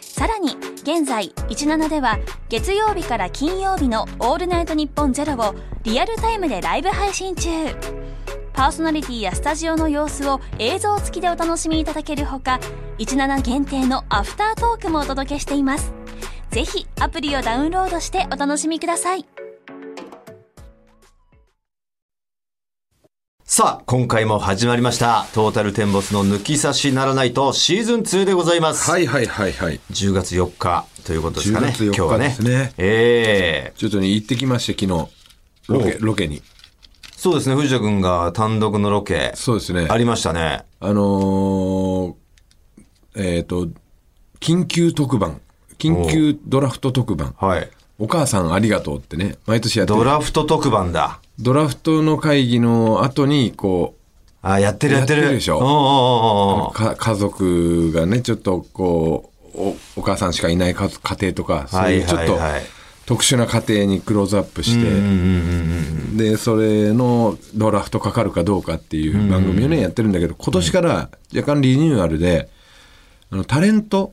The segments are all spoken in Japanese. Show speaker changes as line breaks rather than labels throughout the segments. さらに現在17では月曜日から金曜日の「オールナイトニッポンゼロをリアルタイムでライブ配信中パーソナリティやスタジオの様子を映像付きでお楽しみいただけるほか17限定のアフタートークもお届けしていますぜひアプリをダウンロードしてお楽しみください
さあ、今回も始まりました。トータルテンボスの抜き差しならないとシーズン2でございます。
はいはいはいはい。
10月4日ということですかね。
10月4日
今日はね。
ですね
ええ
ちょっとね、行ってきまして、昨日。ロケ、
お
ロケに。
そうですね、藤田くんが単独のロケ、
そうですね。
ありましたね。
あのーえっ、と、緊急特番。緊急ドラフト特番。
はい。
お母さんありがとうってね、毎年やってる
ドラフト特番だ。
ドラフトの会議の後に、こ
あ、やってるやってる。
やってるでしょ
おうおうおうお
う、か家族がね、ちょっとこう、おお母さんしかいない家家庭とか、そういうちょっと
はいはいはい
特殊な家庭にクローズアップして、で、それのドラフトかかるかどうかっていう番組をね、やってるんだけど、今年から若干リニューアルで、あのタレント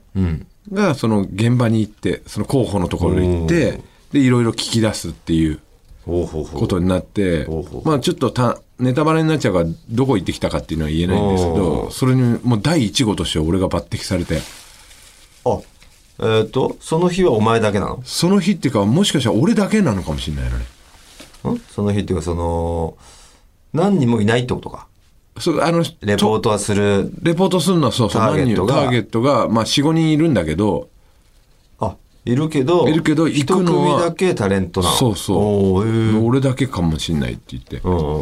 がその現場に行って、その候補のところに行って、で、いろいろ聞き出すっていう。
おうほうほう
ことになって
ほうほう、
まあちょっとたネタバレになっちゃうから、どこ行ってきたかっていうのは言えないんですけ
お
ど、それにもう第一号として俺が抜擢されて、
あ、えっ、と、その日はお前だけなの
その日っていうか、もしかしたら俺だけなのかもしれないのね。
んその日っていうか、その、何人もいないってことか。
そう、あの、
レ
と
ポートはする。
レポートするのはそうそう、
ターゲ
何
ット
人
が
ターゲットが、まあ4、5人いるんだけど、
あ、いるけど、
いるけど行くのは
一組だけタレントなの。
そうそ
お
う、
ーへー
俺だけかもしれないって言って、
うんうんうん。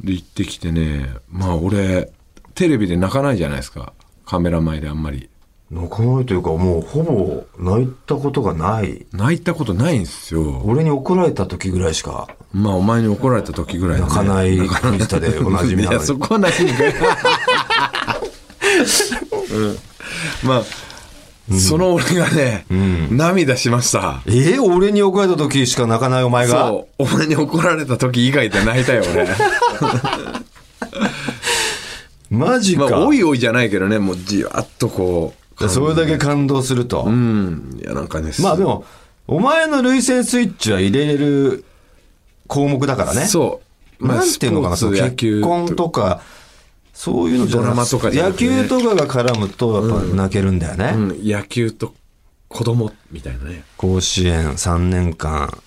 で行ってきてね、まあ俺、テレビで泣かないじゃないですか、カメラ前であんまり。
泣かないというか、もうほぼ泣いたことがない。
泣いたことないんですよ。
俺に怒られた時ぐらいしか
まあお前に怒られた時ぐらいだね
泣かないミスタ でおなじみないの
や、
に
そ。こは泣きにくい。うん、まあ、その俺がね、涙しました。
えー俺に怒られた時しか泣かないお前が。
そう、お前に怒られた時以外で泣いたよ、俺。
マジ
ま
か。
あ、おいおいじゃないけどね、もうじわっとこう。
それだけ感動すると。
うん、いや、なんかね、
まあでも、お前の涙腺スイッチは入れる項目だからね。
そう。まあ、
なんていうのかな、
ス
そ
ポ
の
ーツ野
結
球
婚とか、そういうのじゃなく
ドラマとかじゃな
野
くて
球とかが絡むと、やっぱ泣けるんだよね。
うん、野球と子供みたいなね。
甲子園3年間、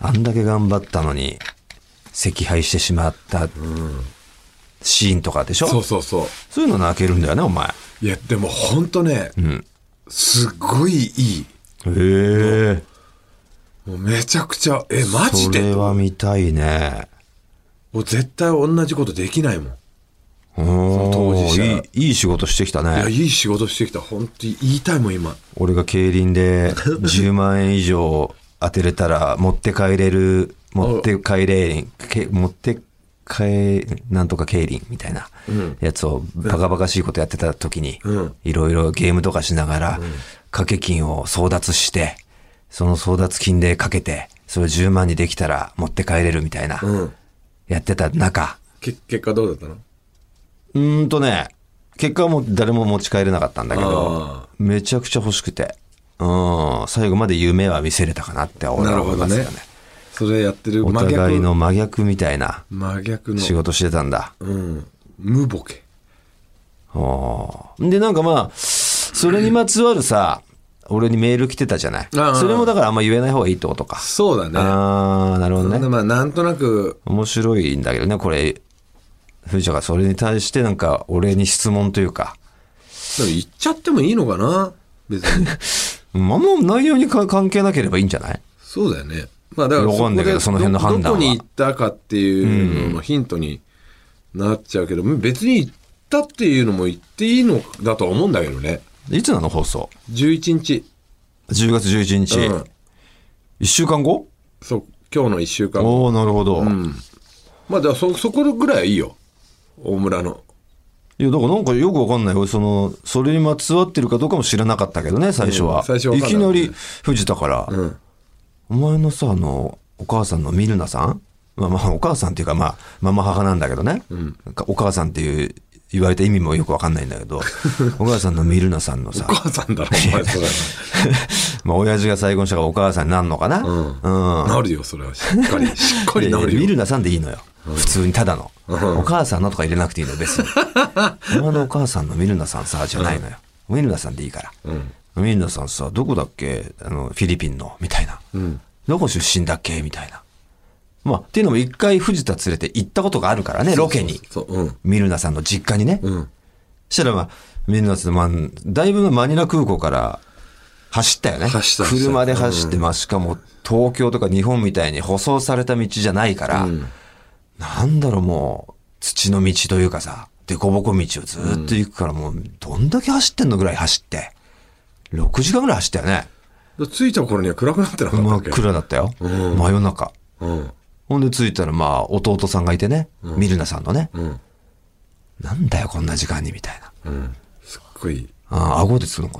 あんだけ頑張ったのに、惜敗してしまったシーンとかでしょ、
そうそうそう。
そういうの泣けるんだよね、お前。へ
いや、でも本当ね、すっごいいい。
え。
もうめちゃくちゃ、え、マジ
それ
で
は見たいね。
もう絶対同じことできないもん。
うん
当事者
いいいい仕事してきた
いや、
ね。
いい仕事してきた。本当に言いたいもん、今。
俺が競輪 で10万円以上当てれたら持って帰れる、持って帰れりん、け持って帰、なんとか競輪みたいなやつをバカバカしいことやってた時に
うん、
いろいろゲームとかしながら、掛け金を争奪して、その争奪金でかけて、それを10万にできたら持って帰れるみたいな、
うん。
やってた中、
け結果どうだったの
うーんとね、結果はもう誰も持ち帰れなかったんだけど
あ、
めちゃくちゃ欲しくて、うん、最後まで夢は見せれたかなって俺は思いますよね。
それやってる
お
真
互い
逆
の真逆みたいな
真逆の。
仕事してたんだ。
うん。無ボケ。
おーで、なんかまあ、それにまつわるさ、俺にメール来てたじゃない。
ああ
それもだからあんま言えない方がいいってことか。
そうだね。
ああ、なるほどね。
まあ、なんとなく、
面白いんだけどね、これ。藤田がそれに対してなんか俺に質問というか、
でも言っちゃってもいいのかな別 に。
うんあんま内容にか関係なければいいんじゃない
そうだよね。まあだから
わかんないけど
こで
その辺の判断は
どどこに行ったかっていうののヒントになっちゃうけど、別に行ったっていうのも言っていいのだとは思うんだけどね。
いつなの放送
11日。
10月11日、
うん
1週間後
そう、今日の1週間後
おおなるほど、
まあだからそそこぐらいはいいよ大村の
いやだからなんかよくわかんない俺そのそれにまつわってるかどうかも知らなかったけどね最初は、
うん最初わ
い
かんない
きなり藤田から、
うん
お前のさあのお母さんのミルナさんまあまあお母さんっていうかまあママ母なんだけどね、なんかお母さんっていう言われた意味もよくわかんないんだけ どお母さんのミルナさんのさ
お母さんだ ろお前それ
まあ親父が再婚したからお母さんになるのかなうん、
なるよそれはしっかりしっかりない
やいやミ
る
ル
よ
ナさんでいいのよ。普通にただの。お母さんのとか入れなくていいの、別 に。お前のお母さんのミルナさんさ、じゃないのよ。ミルナさんでいいから。ミルナさんさ、どこだっけあの、フィリピンの、みたいな。どこ出身だっけみたいな。まあ、っていうのも一回藤田連れて行ったことがあるからね、ロケに。
そううん
ミルナさんの実家にね。
うん
そしたらまあ、ミルナさん、まあ、だいぶマニラ空港から走ったよね。
走った走った
車で走って、まあ、しかも東京とか日本みたいに舗装された道じゃないから、なんだろうもう、土の道というかさ、凸凹道をずっと行くから、もう、どんだけ走ってんのぐらい走って。6時間ぐらい走ったよね。
で着いた頃には暗くなってなかった
真
っ
っ
け、
暗だったよ。真夜中。
うん
ほんで着いたら、まあ、弟さんがいてね、ミルナさんのね、
うん
なんだよ、こんな時間に、みたいな。
うんすっごい
ああ、顎でつくのか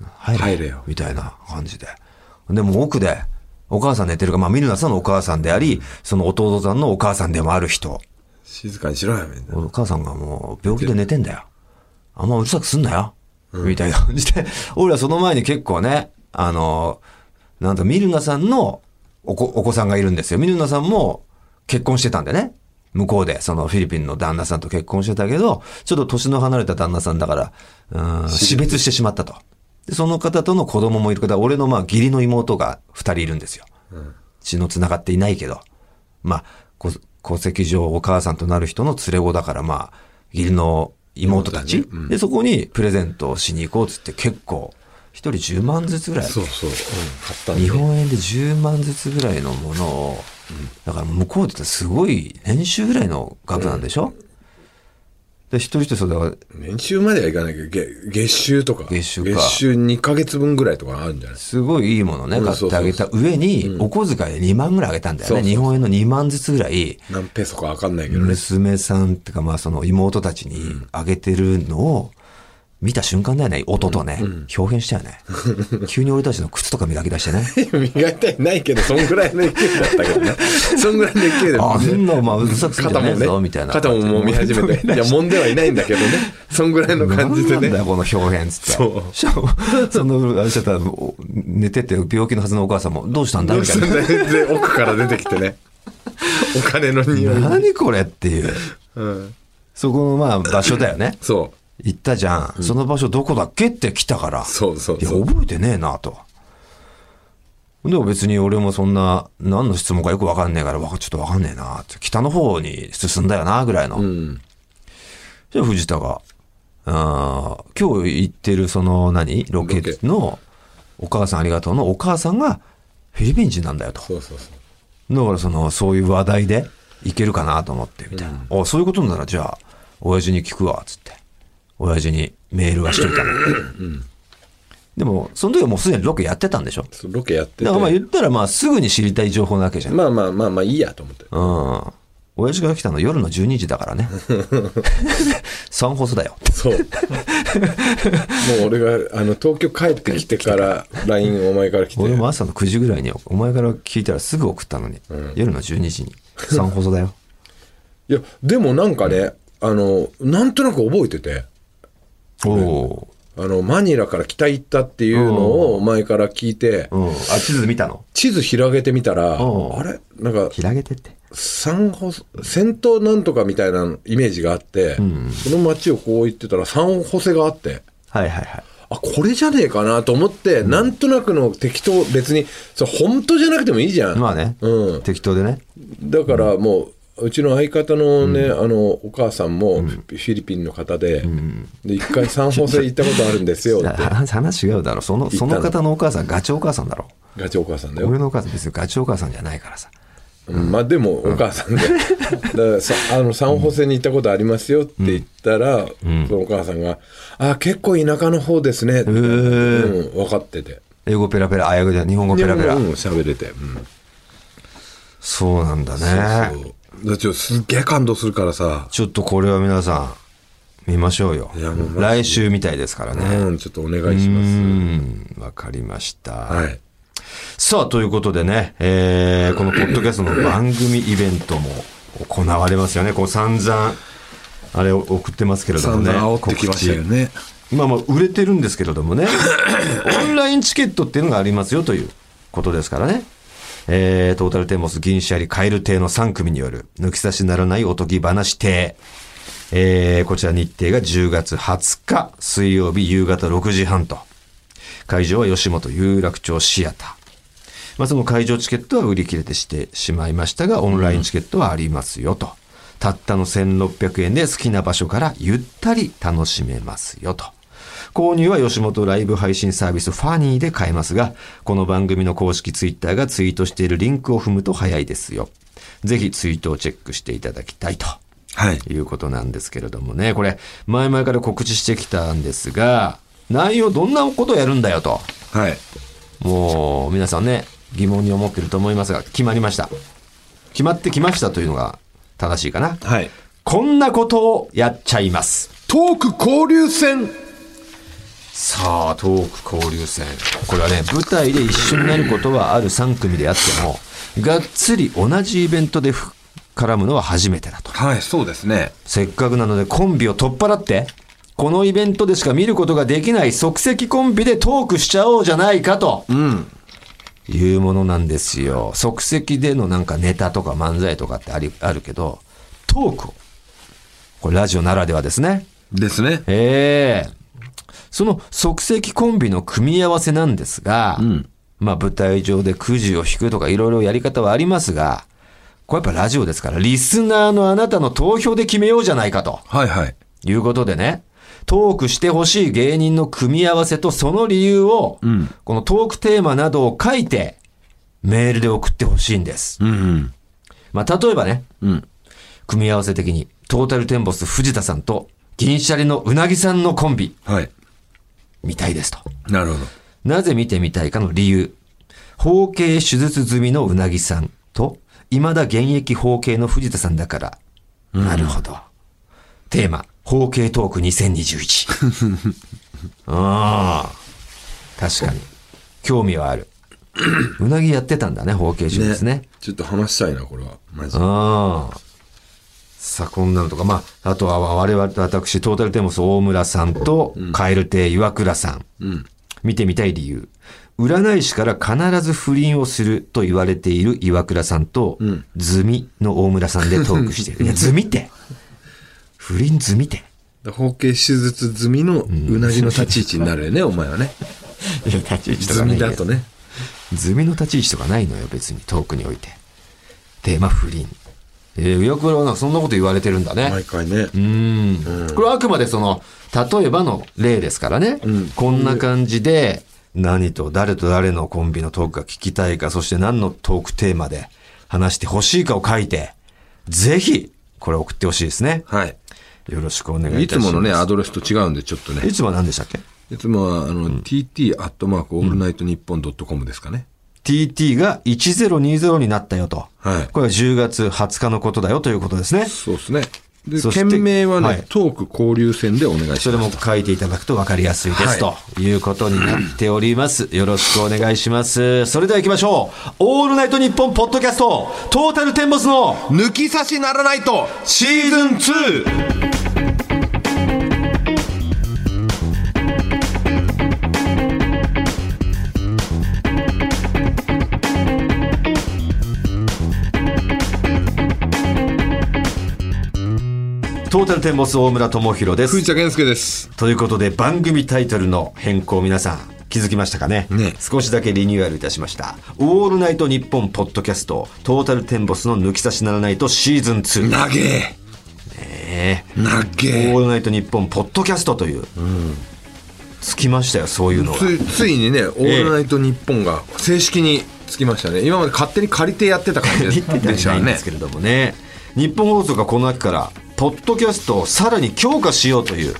な入れ
入れよ
みたいな感じで。でも奥で、お母さん寝てるから、まあ、ミルナさんのお母さんであり、その弟さんのお母さんでもある人。
静かにしろよみんな
お母さんがもう病気で寝てんだよ。あんまうるさくすんなよ。みたいな感じで、俺はその前に結構ね、あの、なんとミルナさんのお子お子さんがいるんですよ。ミルナさんも結婚してたんでね。向こうで、そのフィリピンの旦那さんと結婚してたけど、ちょっと年の離れた旦那さんだから、うん、死別してしまったと。でその方との子供もいるから、俺のまあ義理の妹が二人いるんですよ。血の繋がっていないけど、まあ、こ戸籍上お母さんとなる人の連れ子だから、まあ、義理の妹たち、で、そこにプレゼントをしに行こうっつって結構、一人10万ずつぐらい、
そうそう、うん、買ったんだ
日本円で10万ずつぐらいのものを、だから向こうで言ったらすごい年収ぐらいの額なんでしょ、で、一人一人そうだから、
年収まではいかないけど月月収とか
月収か
月収2ヶ月分ぐらいとかあるんじゃない
すごいいいものね、買ってあげた上に、お小遣いで2万ぐらいあげたんだよね。日本円の2万ずつぐらい、
何ペソかわかんないけどね、
娘さんってかまあその妹たちにあげてるのを見た瞬間だよね音とね、表現したよ ね急に俺たちの靴とか磨き出してね
磨いたいないけどそんぐらいの勢いだっ たけどねそんぐらいの勢いで
あそんなまあうるさくすんじ
肩
ゃね
も
え
ね
ぞみたいな
肩も揉み始 めていや揉んではいないんだけどねそんぐらいの感じ
何
で
なん
ね
だよこの表現っつって
そう
しかもそのあれしちゃったらお寝てて病気のはずのお母さんもどうしたんだみたいな
で奥から出てきて ねお金の匂い、
何これっていう
うん、
そこのまあ場所だよね
そ
行ったじゃん、その場所どこだっけって来たから
そうそうそう
いや覚えてねえなとでも別に俺もそんな何の質問かよく分かんねえからわかちょっと分かんねえなって北の方に進んだよなぐらいの、
う、うん、
じゃあ藤田があー今日行ってるその何ロケ
ロケ
のお母さんありがとうのお母さんがフィリピン人なんだよと
そうそうそう
だからそのそういう話題でいけるかなと思ってみたいな、あそういうことならじゃあ親父に聞くわっつって親父にメールはしといたの、でもその時はもうすでにロケやってたんでしょ
そうロケやってて
だからまあ言ったらまあすぐに知りたい情報なわけじゃん、
まあまあまあまあいいやと思って
うん親父が来たの夜の12時だからね 三細だよ
そ うもう俺があの東京帰ってきてから LINE お前から来て
俺も朝の9時ぐらいにお前から聞いたらすぐ送ったのに、夜の12時に三細だよ
いやでもなんかねあのなんとなく覚えてて
おお
あのマニラから北行ったっていうのを前から聞いて
ー、うん、あ地図見たの
地図広げてみたら
うん
あれなんか
開けてって
三穂戦闘なんとかみたいなイメージがあって、その街をこう行ってたら三補正があって
はいはいはい
あこれじゃねえかなと思って、なんとなくの適当別にそれ本当じゃなくてもいいじゃん、
まあね、
うん、
適当でね。
だからもう、うちの相方のね、あのお母さんもフィリピンの方で、で一回三宝制行ったことある んですよって
話話違うだろその。その方のお母さん、ガチお母さんだろ。
ガチお母さんだよ、
俺のお母さん別にガチお母さんじゃないからさ。
うんまあでもお母さんで、だからさあの三宝制に行ったことありますよって言ったら、そのお母さんが「あ結構田舎の方ですね」
えー、
うん、分かってて
英語ペラペラ、あ、英語じゃない日本語
日
ペラ
本
ペ
語
ラ。
うん喋れて、うん
そうなんだね。
そうだってすっげえ感動するからさ、
ちょっとこれは皆さん、見ましょうよ
いやもうマジ。で
来週みたいですからね。
うん、ちょっとお願いしま
うん、わかりました。
す。はい。
さあ、ということでね、えーこのポッドキャストの番組イベントも行われますよね。こう散々、あれを送ってますけれども
散
ね。
々煽ってきましたよね。
告知まあまあ、売れてるんですけれどもね。オンラインチケットっていうのがありますよということですからね。えー、トータルテンボス銀シャリカエル亭の3組による、抜き差しならないおとぎ話亭。えー、こちら日程が10月20日、水曜日夕方6時半と。会場は吉本有楽町シアター。まあ、その会場チケットは売り切れてしてしまいましたが、オンラインチケットはありますよと。たったの1600円で好きな場所からゆったり楽しめますよと。購入は吉本ライブ配信サービスファニーで買えますが、この番組の公式ツイッターがツイートしているリンクを踏むと早いですよ。ぜひツイートをチェックしていただきたいと。
はい。
いうことなんですけれどもね、これ、前々から告知してきたんですが、内容どんなことをやるんだよと、
はい。
もう皆さんね、疑問に思ってると思いますが、決まりました。決まってきましたというのが正しいかな。
はい。
こんなことをやっちゃいます。
トーク交流戦
さあ、トーク交流戦。これはね、舞台で一緒になることはある3組であっても、がっつり同じイベントでふ絡むのは初めてだと。
はい、そうですね。
せっかくなのでコンビを取っ払って、このイベントでしか見ることができない即席コンビでトークしちゃおうじゃないかと。いうものなんですよ。即席でのなんかネタとか漫才とかってあり、あるけど、トークを。これラジオならではですね。
ですね。
ええその即席コンビの組み合わせなんですが、まあ舞台上でくじを引くとかいろいろやり方はありますが、これやっぱラジオですから、リスナーのあなたの投票で決めようじゃないかと
はいはい。
いうことでね、トークしてほしい芸人の組み合わせとその理由を、このトークテーマなどを書いて、メールで送ってほしいんです。
うん、うん。
まあ、例えばね、
ん
組み合わせ的に、トータルテンボス藤田さんと、銀シャリのうなぎさんのコンビ、
はい。
見たいですと。
なるほど。
なぜ見てみたいかの理由。包茎手術済みのうなぎさんと、未だ現役包茎の藤田さんだから。なるほど。テーマ、包茎トーク2021。ああ。確かに。興味はある。うなぎやってたんだね、包茎手術ね。
ちょっと話したいな、これは。マジで。
ああ。さあ、こんなのとか、まあ、あとは我々、私、トータルテンボス大村さんと、カエル亭岩倉さん。見てみたい理由。占い師から必ず不倫をすると言われている岩倉さんと、ズミの大村さんでトークしてい る。いや、ズミって不倫ズミって
包茎手術済みのうなぎの立ち位置にな るよね、お前はね。
いや、立ち位置
済みだとね。
ズミの立ち位置とかないのよ、別に、トークにおいて。テーマ不倫。えー、岩倉はなんかそんなこと言われてるんだね。
毎回ね。
うんこれはあくまでその、例えばの例ですからね。こんな感じで、何と誰と誰のコンビのトークが聞きたいか、そして何のトークテーマで話してほしいかを書いて、ぜひ、これ送ってほしいですね。
はい。
よろしくお願いい
い
た
つ
します。
ものね、アドレスと違うんで、ちょっとね
い。つもは何でしたっけ
いつもは、あの、tt アットマークオールナイトニッポンドットコムですかね。
?TT が1020になったよと。
はい
これは10月20日のことだよということですね。
そうですね。で、
そして
件名はね、
はい
トーク交流戦でお願いします。
それも書いていただくと分かりやすいです、
は
ということになっております。 よろしくお願いします。それでは行きましょう。オールナイトニッポンポッドキャスト、トータルテンボスの
抜き差しならないと
シーズン 2! トータルテンボス大村智弘です。
藤田健介です。
ということで番組タイトルの変更皆さん気づきましたかね
ね
少しだけリニューアルいたしました「オールナイトニッポン」ポッドキャスト「トータルテンボスの抜き差しならないとシーズン2」
投げ
ね
投
オ
げ
ールナイトニッポン」ポッドキャストという、つきましたよそういうのが
ついついにね「
え
オールナイトニッポン」が正式につきましたね今まで勝手に借りてやってた感じ
言っ
で
てたり
でし
した
た
んで
ね
すけれどもね日本放送がこの秋からポッドキャストをさらに強化しようという、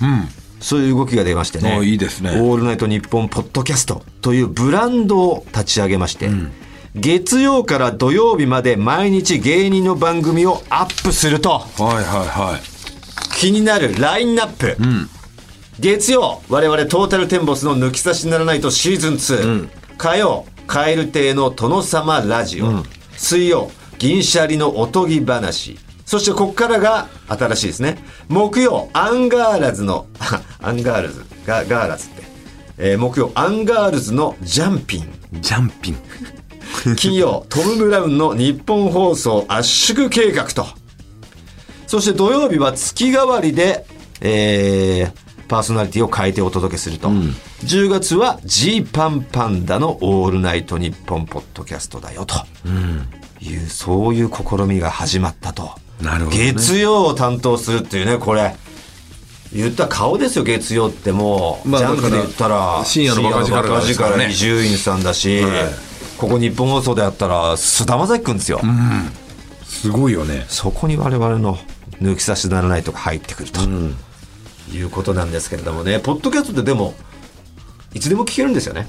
そういう動きが出ましてね
あいいですね
オールナイトニッポンポッドキャスト」というブランドを立ち上げまして、月曜から土曜日まで毎日芸人の番組をアップすると
はいは
気になるラインナップ、月曜我々トータルテンボスの「抜き差しならないと」シーズン2、火曜「蛙亭の殿様ラジオ」水曜「銀シャリのおとぎ話」そしてここからが新しいですね木曜アンガーラズの あアンガールズガガーラズって、えー木曜アンガールズのジャンピン
いジャンピン
金 曜トム・ブラウンの日本放送圧縮計画とそして土曜日は月替わりで、えーパーソナリティを変えてお届けすると、10月はジーパンパンダの「オールナイトニッポン」ポッドキャストだよという、そういう試みが始まったと
なるほどね
月曜を担当するっていうねこれ言ったら顔ですよ月曜ってもう、
まあ
ジャンクで言ったら
深夜のバカ力
深夜のバカ力
からね
伊集院さんだし、ここ日本放送であったら菅田将暉くんですよ、
すごいよね
そこに我々の抜き差しならないとか入ってくると、いうことなんですけれどもねポッドキャストってでもいつでも聞けるんですよね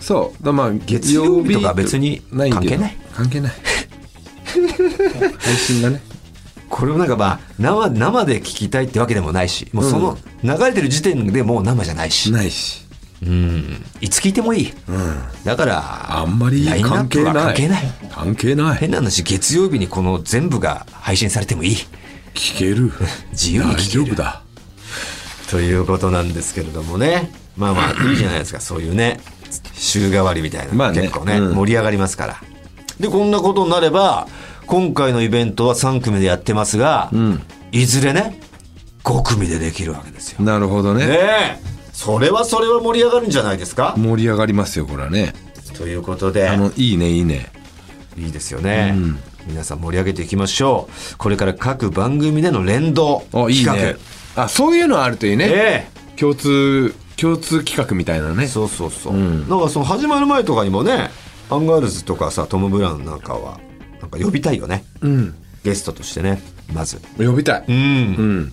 そうだまあ
月曜日とか別に
ないんだよ
関係ない
関係ない配信がね
これもなんかまあ生生で聞きたいってわけでもないしもうその流れてる時点でもう生じゃないし、
ないし
うんいつ聞いてもいい、だから
あんまり
ラインナ
関
ップ
係な
はい関係ない
関係ない
変な話月曜日にこの全部が配信されてもいい
聞け る
自由に聞ける
大丈夫だ
ということなんですけれどもねまあまあいいじゃないですかそういうね週替わりみたいな、
まあね
結構ね、
うん
盛り上がりますからでこんなことになれば今回のイベントは3組でやってますが、いずれね5組でできるわけですよ。
なるほどね
ねえそれはそれは盛り上がるんじゃないですか、
盛り上がりますよこれはね
ということで
あのいいねいいね
いいですよね、皆さん盛り上げていきましょうこれから各番組での連動
あい
企
い
画
ねあそういうのあるといいね
ええ
共通共通企画みたいなね
そうそうそう、なんかその始まる前とかにもねアンガールズとかさトム・ブラウンなんかはなんか呼びたいよね、
うん
ゲストとしてねまず
呼びたい
うん
うん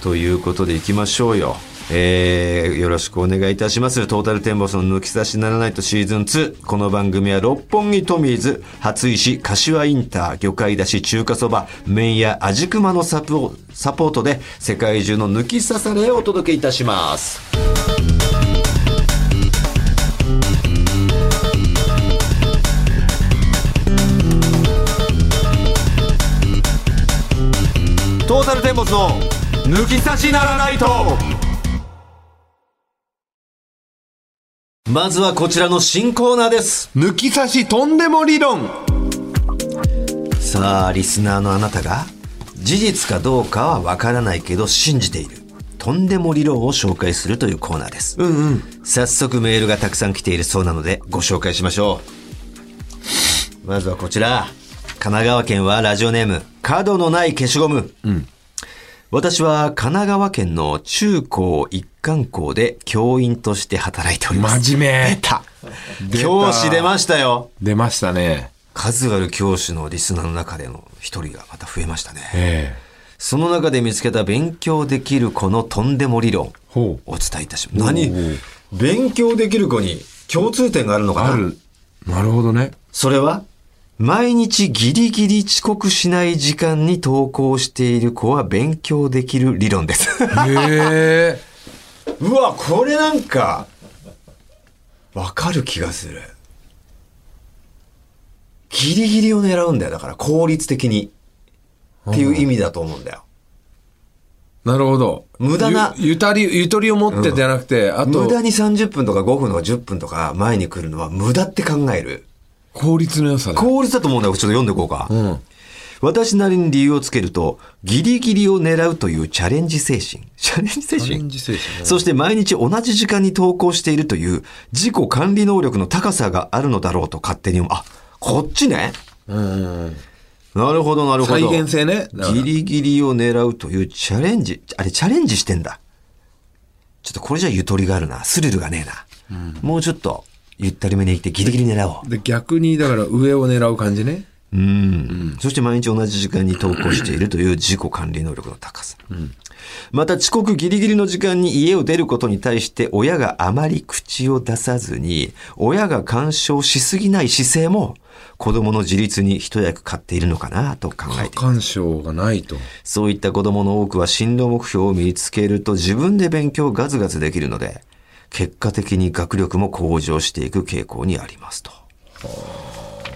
ということでいきましょうよえーよろしくお願いいたしますトータルテンボスの抜き差しならないとシーズン2この番組は六本木トミーズ初石柏インター魚介だし中華そば麺や味熊のサポサポートで世界中の抜き差されをお届けいたしますトータルテンボスの抜き差しならないとまずはこちらの新コーナーです
抜き差しとんでも理論
さあリスナーのあなたが事実かどうかはわからないけど信じているとんでも理論を紹介するというコーナーです、早速メールがたくさん来ているそうなのでご紹介しましょうまずはこちら神奈川県はラジオネーム角のない消しゴム、私は神奈川県の中高一貫校で教員として働いております
真面目出た
教師出ましたよ
出ましたね
数ある教師のリスナーの中での一人がまた増えましたね。
ええ
その中で見つけた勉強できる子のとんでも理論を
ほう
お伝えいたします。何勉強できる子に共通点があるのか
あるなるほ どね
それは毎日ギリギリ遅刻しない時間に登校している子は勉強できる理論です。
へえ
うわ、これなんか、わかる気がする。ギリギリを狙うんだよ。だから効率的に。っていう意味だと思うんだよ。
なるほど
無駄な
ゆゆたりゆとりを持ってじゃなくて、あ
無
と
駄に30分とか5分とか10分とか前に来るのは無駄って考える。
効率の良さだ
効率だと思うんだよ。ちょっと読んでいこうか。
うん
私なりに理由をつけると、ギリギリを狙うというチャレンジ精神。チャレンジ精
チャレン
神
ジ精神ね
そして毎日同じ時間に投稿しているという自己管理能力の高さがあるのだろうと勝手に思う。あ、こっちね。
うん
なるほど、なるほど。
再現性ねだから
ギリギリを狙うというチャレンジ。あれ、チャレンジしてんだ。ちょっとこれじゃゆとりがあるな。スリルがねえな。もうちょっと、ゆったりめに行ってギリギリ狙おう。
で逆にだから上を狙う感じね
うん、そして毎日同じ時間に投稿しているという自己管理能力の高さ。また遅刻ギリギリの時間に家を出ることに対して親があまり口を出さずに、親が干渉しすぎない姿勢も子供の自立に一役買っているのかなと考えています
過干渉がないと。
そういった子供の多くは進路目標を見つけると自分で勉強をガツガツできるので、結果的に学力も向上していく傾向にありますと。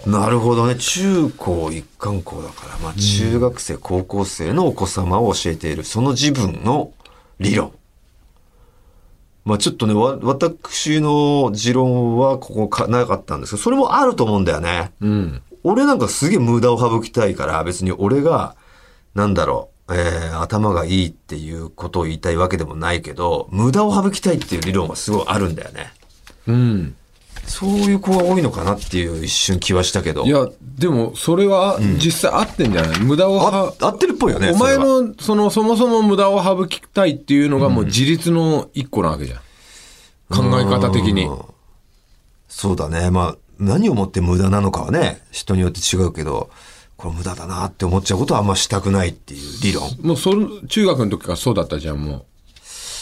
なるほどね。中高一貫校だから、まあ中学生、高校生のお子様を教えている、その自分の理論。まあちょっとね、わ、私の持論はここかなかったんですけど、それもあると思うんだよね。
うん。
俺なんかすげえ無駄を省きたいから、別に俺が、なんだろう、えー、頭がいいっていうことを言いたいわけでもないけど、無駄を省きたいっていう理論はすごいあるんだよね。
うん。
そういう子が多いのかなっていう一瞬気はしたけど。
い、や、でも、それは実際合ってんじゃない、無駄を
あ
は、
合ってるっぽいよね。
お前
それは
の、その、そもそも無駄を省きたいっていうのがもう自立の一個なわけじゃん。考え方的に。
うんそうだね。まあ、何をもって無駄なのかはね、人によって違うけど、これ無駄だなって思っちゃうことはあんましたくないっていう理論。
もう、それ、中学の時からそうだったじゃん、も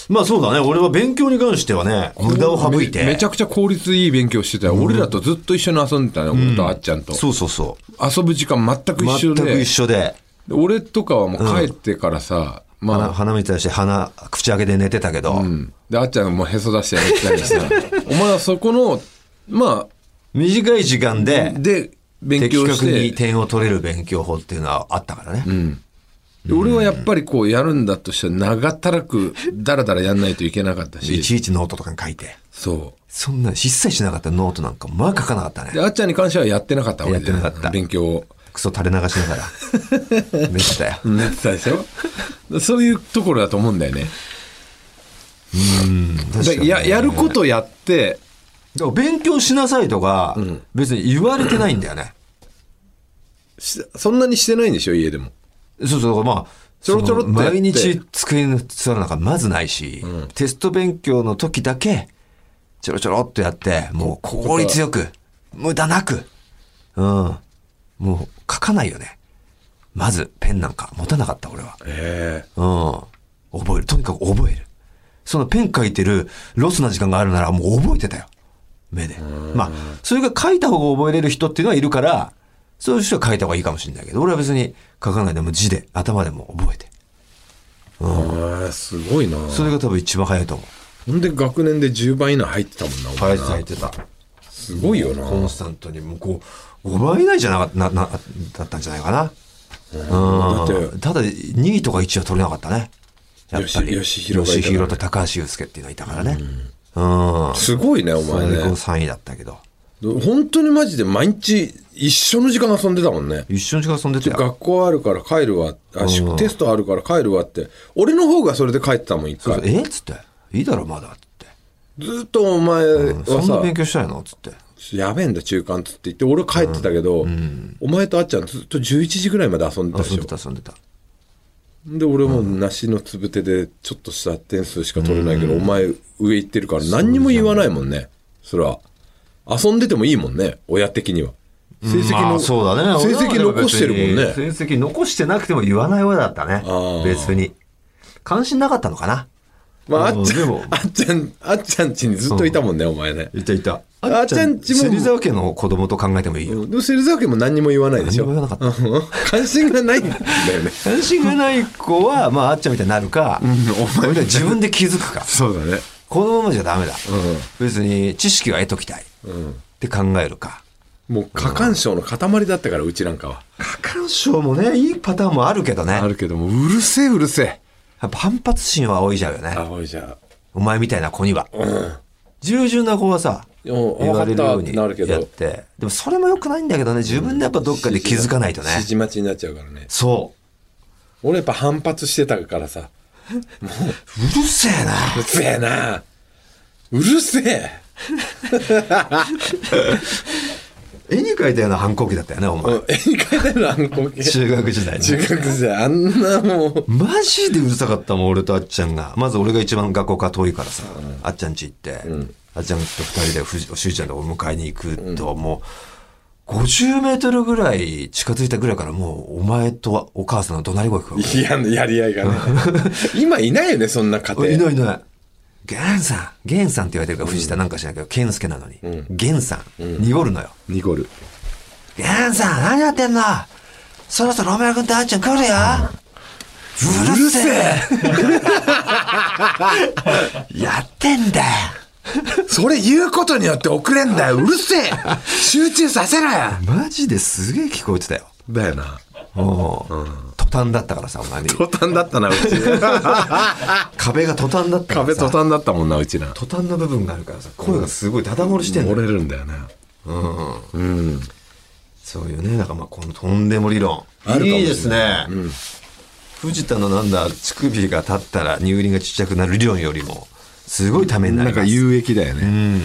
まあそうだね。俺は勉強に関してはね、
う。
無駄を省いて。
めめちゃくちゃ効率いい勉強してたよ。俺らとずっと一緒に遊んでたよ、俺とあっちゃんと。
そうそうそう。
遊ぶ時間全く一緒
全
で。
く一緒で。
で俺とかはもう帰ってからさ、まあ
鼻、鼻水出して鼻、口開けて寝てたけど、
うんで、あっちゃんがもうへそ出してやってたり さ、お前はそこの、ま
短い時間
あ、
で、
で、勉
的
強し
確に
て、
点を取れる勉強法っていうのはあったからね。
で俺はやっぱりこうやるんだとしたら長たらく、だらだらやんないといけなかった
い
し、
ちいちノートとかに書いて。
そ
そんな、一切しなかったノートなんか、まあ書かなかった
う。で、
ね。
あっちゃんに関してはやってなかったわけだよ
やってなかった
勉強を。
クソ垂れ流しなが ら。寝てたよ。
やってたでしょで そういうところだと思うんだよね。
確か
で
に
ややることやって、
でも勉強しなさいとか、別に言われてないんだよね。
しそんなにしてないんでしょ、家でも。
そうそう、まあ、
ちょろちょろっ
そ
と
の
やって
毎日机に座るのがまずないし、テスト勉強の時だけ、ちょろちょろっとやって、もう効率よく、無駄なく、うん。もう書かないよね。まず、ペンなんか持たなかった、俺は。
ええ
うん。覚える。とにかく覚える。そのペン書いてるロスな時間があるならもう覚えてたよ。目で。まあ、それが書いた方が覚えれる人っていうのはいるから、そういう人は書いた方がいいかもしれないけど、俺は別に書かないでも字で、頭でも覚えて。
ああすごいな。
それが多分一番早いと思う。
ほんで学年で10倍以内入ってたもんな、お前な
入ってた。
すごいよな。
コンスタントに、もうこう、5倍以内じゃなかった、な、な、だったんじゃないかな。
だって、
うんただ、2位とか1位は取れなかったね。やっぱり。
吉吉弘がいたからね
吉弘と高橋祐介っていうのがいたからね。うん。
すごいね、お前
最高
ね。
3位だったけど。
本当にマジで毎日一緒の時間遊んでたもんね。
一緒の時間遊んでたよ。
学校あるから帰るわ、あしテストあるから帰るわって、俺の方がそれで帰ってたもん、一
そう
回
そう。えっつって。いいだろ、まだ。つって。
ずーっとお前
そ
は
んな
さ、
勉強したいのつって。
やべえんだ、中間つって言って、俺帰ってたけど、お前とあっちゃんずっと11時ぐらいまで遊んでたで
遊ん
し
で
ょ。
た、遊んでた。
で、俺も梨のつぶてで、ちょっとした点数しか取れないけど、お前上行ってるから何にも言わないもんね。それは。遊んでてもいいもんね、親的には。成績
ま
の、
あそうだね。
成績残してるもん
俺は別
ね。
に成績残してなくても言わない親だったね
あー。
別に。関心なかったのかな。
まあ、あっちゃ
うんで
ん
も、
あっちゃん、あっちゃんちにずっといたもんね、お前ね。
いたいた。
あっちゃんちも
芹沢家の子供と考えてもいいよ。
でも、芹沢家も何にも言わないでしょ。
何も言わなか
うん関心がないんだよね。
関心がない子は、まあ、あっちゃんみたいになるか、
お前
俺は自分で気づ くか。
そうだね。
このままじゃダメだ。
う
別に知識は得ときたい。って考えるか。
もう、過干渉の塊だったから、うちなんかは。
過干渉もね、いいパターンもあるけどね。
あるけども、うるせえ、うるせえ。
やっぱ反発心は仰いじゃうよね。
あ、おいじゃ
お前みたいな子には。従順な子はさ、
うん
言われるように
わかったってな
やっ
る
て。でもそれも良くないんだけどね、自分でやっぱどっかで気づかないとね。
指示待ちになっちゃうからね。
そう。
俺やっぱ反発してたからさ。
うるせえな。
うるせえな。うるせえ。
絵に描いたような反抗期だったよね、お前。
うん絵に描いてる反抗期。
中学時代に。
中学生、あんなもう。
マジでうるさかったもん、俺とあっちゃんが。まず俺が一番学校から遠いからさ、あっちゃん家行って、あっちゃんと二人でふじ、おしゅうちゃんとお迎えに行くと、もう、50メートルぐらい近づいたぐらいからもう、お前とお母さんの怒鳴り声聞こえ
いや、やり合いがね。今いないよね、そんな家
る。い
庭。
ないいない。ゲンさん、ゲンさんって言われてるから藤田なんか知らないけど、健介なのに。ゲンさん、濁るのよ。
濁る。
ゲンさん、何やってんのそろそろロメロ君とあっちゃん来るよ。うるせえやってんだよ。
それ言うことによって遅れんだよ。うるせえ集中させろよ
マジですげえ聞こえてたよ。
だよな。
おう途端だったからさ、お前ね
途端だったな、うち。
壁が途端だったから
壁
さ
途端だったもんな、うちな。
途端の部分があるからさ、声がすごいダダ漏れしてんのよ
折れるんだよね。
そういうね、だからまあこのとんでも理論。いいですね。藤田のなんだ、乳首が立ったら乳輪がちっちゃくなる理論よりも、すごいためにな
なん
り
か
ます。
有益だよね。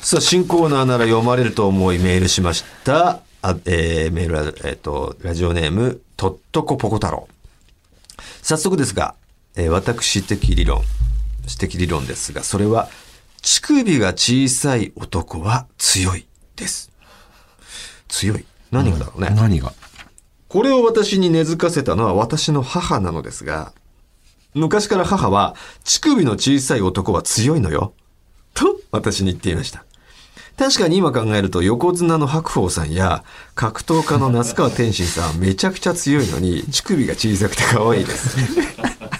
さあ、新コーナーなら読まれると思いメールしました。あえーメールは、えっ、と、ラジオネーム、とっとこぽこ太郎。早速ですが、えー私的理論、私的理論ですが、それは、乳首が小さい男は強いです。強い何がだろうね。
何が
これを私に根付かせたのは私の母なのですが、昔から母は、乳首の小さい男は強いのよ。と、私に言っていました。確かに今考えると横綱の白鵬さんや格闘家の那須川天心さんはめちゃくちゃ強いのに乳首が小さくて可愛いです。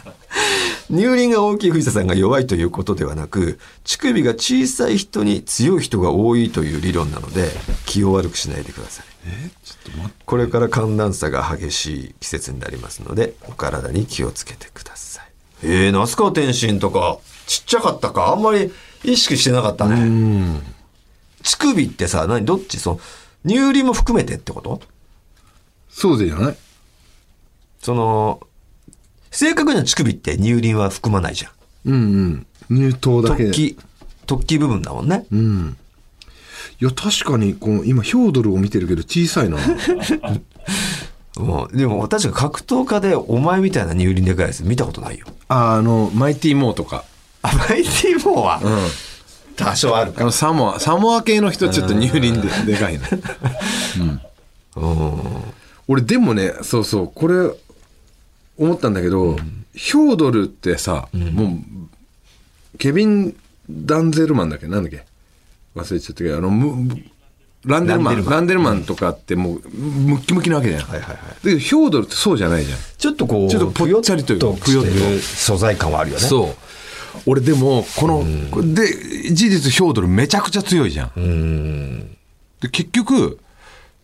乳輪が大きい藤田さんが弱いということではなく、乳首が小さい人に強い人が多いという理論なので、気を悪くしないでください。これから寒暖差が激しい季節になりますので、お体に気をつけてください。えー、那須川天心とか、ちっちゃかったか、あんまり意識してなかったね。乳首ってさ、何、どっち、その、乳輪も含めてってこと
そうでじゃない
その、正確には乳首って乳輪は含まないじゃん。
うんうん。入党だけ
突
で。い
起、突起部分だもんね。
や、確かに、この、今、ヒョードルを見てるけど、小さいな。
もうん、でも確か格闘家でお前みたいな乳輪でかいやつ見たことないよ。
ああの、マイティモーとか。
あ、マイティーモーは、多少ある
あの、サモア、サモア系の人、ちょっと乳輪で、でかい な。
うん。
俺、でもね、そうそう、これ、思ったんだけど、ヒョードルってさ、もう、ケビン・ダンゼルマンだっけなんだっけ忘れちゃったけど、あの、むランデルマン、ランデルマンとかってもう、ムッキムキなわけじゃん。
はいはい
だけど、ヒョードルってそうじゃないじゃん。
ちょっとこう、
ちょっとぽっちゃりというか
ぷよっとしてる素材感はあるよね。
そう。俺でも、この、で、事実、ヒョードルめちゃくちゃ強いじゃん。で、結局、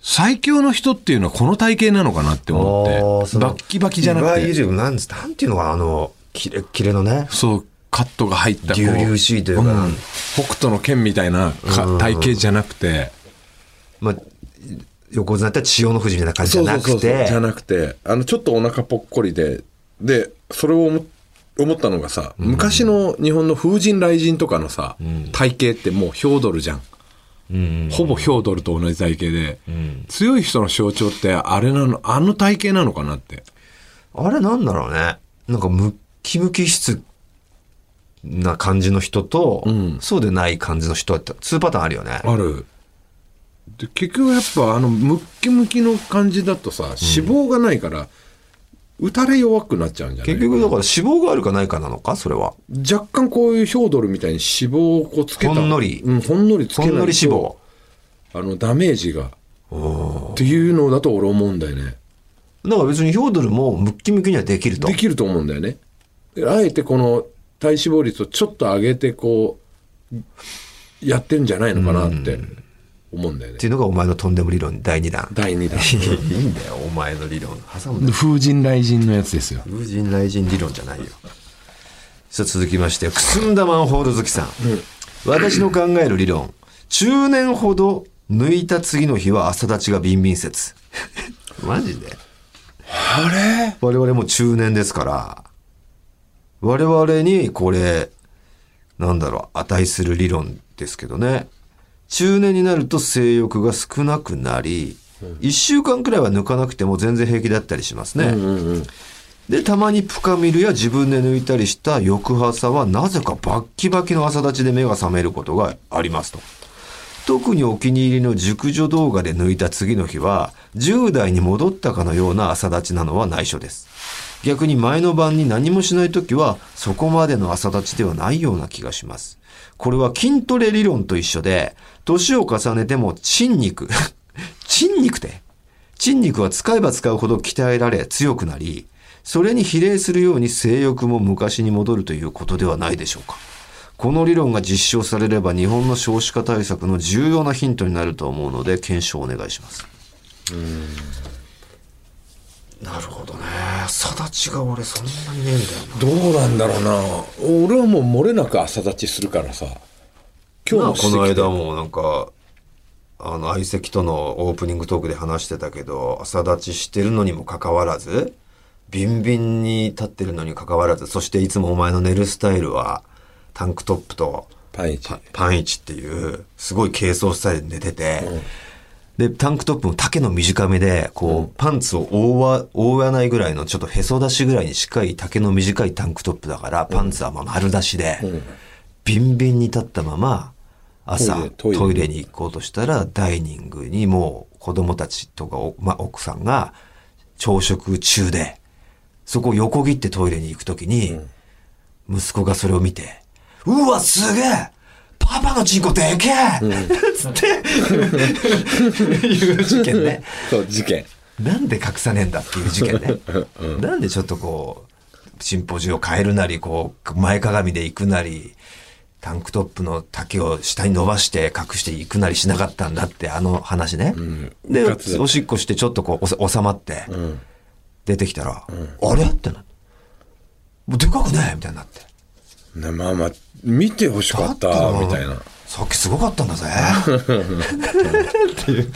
最強の人っていうのはこの体型なのかなって思って、バッキバキじゃなく
いわゆ
て、
る、なんつなんていうのかな、あの、キレッキレのね、
そう、カットが入った、こ
隆々しいというか、
うん北斗の剣みたいなか体型じゃなくて、
まあ、横綱だったら千代の富士みたいな感じじゃな
そう
く
そうそう
て
じ、ゃなくて、あの、ちょっとお腹ぽっこりで、で、それを思思ったのがさ、昔の日本の風神雷神とかのさ、体型ってもうヒョードルじゃん。ほぼヒョードルと同じ体型で、強い人の象徴ってあれなの、あの体型なのかなって。
あれなんだろうね。なんかムッキムキ質な感じの人と、
ん
そうでない感じの人って、2パターンあるよね。
ある。で、結局やっぱあのムッキムキの感じだとさ、脂肪がないから、打たれ弱くなっちゃうんじゃない
結局だから脂肪があるかないかなのか、それは。
若干こういうヒョードルみたいに脂肪をこうつけた
ほんのり
うん、ほんのりつ
ほ
けない
ん
と
のり脂肪。
あのダメージがっていうのだと俺思うんだよね
だから別にヒョードルもムッキムキにはできると
で。きると思うんだよねであえてこの体脂肪率をちょっと上げてこうやってんじゃないのかなって思うんだよね
っていうのがお前のとんでも理論第2弾。
第2 弾
いいんだよ、お前の理論。挟むな。
風神雷神のやつですよ
風神雷神理論じゃないよ。さあ続きまして、くすんだマンホール好きさん。私の考える理論。中年ほど抜いた次の日は朝立ちがビンビン説。 マジで
あれ
我々も中年ですから、我々にこれ、なんだろう、値する理論ですけどね。中年になると性欲が少なくなり、一週間くらいは抜かなくても全然平気だったりしますね。で、たまにプカミルや自分で抜いたりした翌朝はなぜかバッキバキの朝立ちで目が覚めることがありますと。特にお気に入りの熟女動画で抜いた次の日は、10代に戻ったかのような朝立ちなのは内緒です。逆に前の晩に何もしない時は、そこまでの朝立ちではないような気がします。これは筋トレ理論と一緒で、年を重ねても筋肉、 筋肉で。筋肉は使えば使うほど鍛えられ強くなり、それに比例するように性欲も昔に戻るということではないでしょうか。この理論が実証されれば日本の少子化対策の重要なヒントになると思うので検証お願いします。なるほどね。育ちが俺そんなにねえんだよ
どうなんだろうな俺はもう漏れなく朝立ちするからさ今日
まあこの
もしてきて
間もなんかあの相席とのオープニングトークで話してたけど朝立ちしてるのにもかかわらずビンビンに立ってるのにかかわらずそしていつもお前の寝るスタイルはタンクトップと
パンイチ
パパンイチっていうすごい軽装スタイルで寝てて、でタンクトップも丈の短めでこう、パンツを覆わ覆わないぐらいのちょっとへそ出しぐらいに近い丈の短いタンクトップだからパンツはまあ丸出しで、ビンビンに立ったまま朝トイ
トイレ
レ
トイレ
に行こうとしたらダイニングにもう子供たちとかお、まあ、奥さんが朝食中でそこを横切ってトイレに行くときに、息子がそれを見て、うわ、すげえパパのチンコでけえ、つって、いう事件ね。
そう事件
なんで隠さねえんだっていう事件ね。なんでちょっとこう、チンポジを変えるなり、こう、前かがみで行くなり、タンクトップの丈を下に伸ばして隠していくなりしなかったんだって、あの話ね。で
かつ、
おしっこしてちょっとこうおさ、収まって、出てきたら、あれってなって。もうでかくないみたいになって。
ねまあまあ見てほしかったみたいな
さっきすごかったんだぜ。っていう、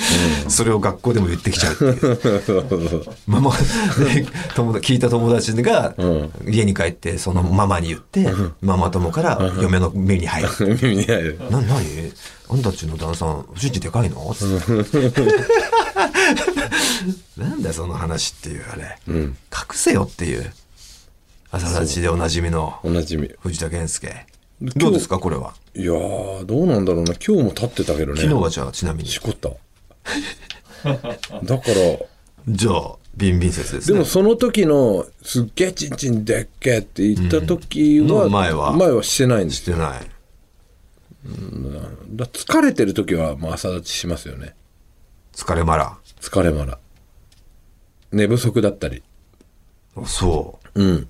それを学校でも言ってきちゃうっていう。
そうそうそう
ママ、で友達、聞いた友達が、家に帰って、そのママに言って、ママ友から嫁の目に入る。
耳に入る
な、なにあんたっちの旦さん、おちんちでかいのつってなんだよその話っていう、あれ。隠せよっていう。朝立ちでおなじみの
おなじみい
藤田健介。どうですか、これは。
やーどうなんだろうな今日も立ってたけどね
昨日はじゃあ、ちなみに。
しこっただから
じゃあ、ビンビン説です
で
ね。
もその時の「すっげえチンチンでっけ」って言った時は、
うんの前は
前はしてないんで
し
すよ
てない。
だから疲れてる時はもう朝立ちしますよね
疲れまら
疲れまら寝不足だったり
ん。そう。
うん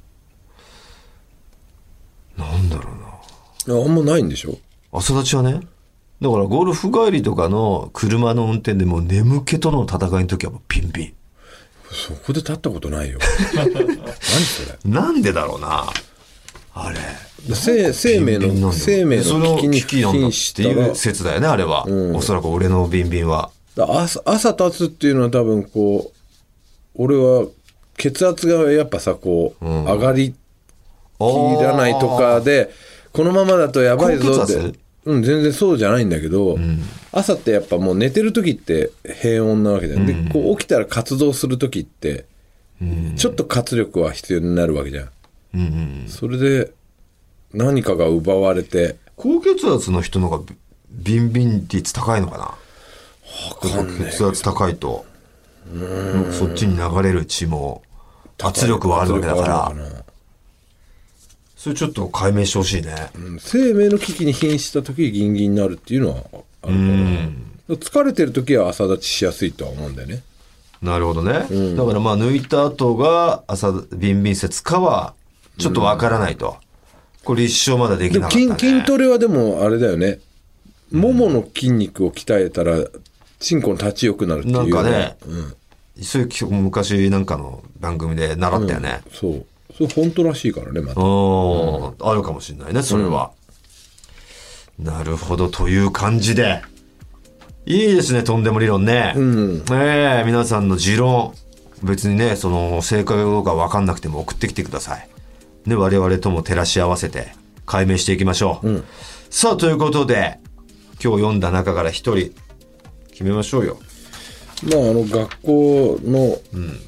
なんだろうな。
あんまないんでしょ
朝立ちはね、だからゴルフ帰りとかの車の運転でもう眠気との戦いの時はもうピンピ
そこで立ったこと ないよ何それ
ン。なんでだろうな。あれ。
生生命
ビンビンなん
の
だよ
生命
そ
の
の
危機に
危機なんだ
瀕
って
した
い
ら
う説だよね、あれは。おそらく俺のビンビンは。
だ朝朝立つっていうのは多分こう俺は血圧がやっぱさこう、上がりきらないとかでこのままだとやばいぞ
高
っ
血
て
圧、
うん、全然そうじゃないんだけど、朝ってやっぱもう寝てる時って平穏なわけじゃん、でこう起きたら活動する時ってちょっと活力は必要になるわけじゃん、
うんうん。
それで何かが奪われて
高血圧の人の方がビンビン率高いのかな。血圧高いと。そっちに流れる血も圧力はあるわけだから
圧力はあるのな
それちょっと解明してほしいね、
うん生命の危機に瀕した時ギンギンになるっていうのはあるから疲れてる時は朝立ちしやすいとは思うんだよね
なるほどね、だからまあ抜いた後が朝ビンビン節かはちょっとわからないと、これ一生まだでき
で
なか
も
った、ね、
筋筋トレはでもあれだよねももの筋肉を鍛えたらチンコの立ち良くなるっていう
なんかね、
うん、
そういう昔なんかの番組で習ったよね、
そうそう本当らしいからねま
う
た
ん、あるかもしれないねそれは、なるほどという感じでいいですねとんでも理論ね、
ん
ええ皆さんの持論別にねその正解かどうか分かんなくても送ってきてくださいね我々とも照らし合わせて解明していきましょう、さあということで今日読んだ中から一人決めましょうよ
まああの学校の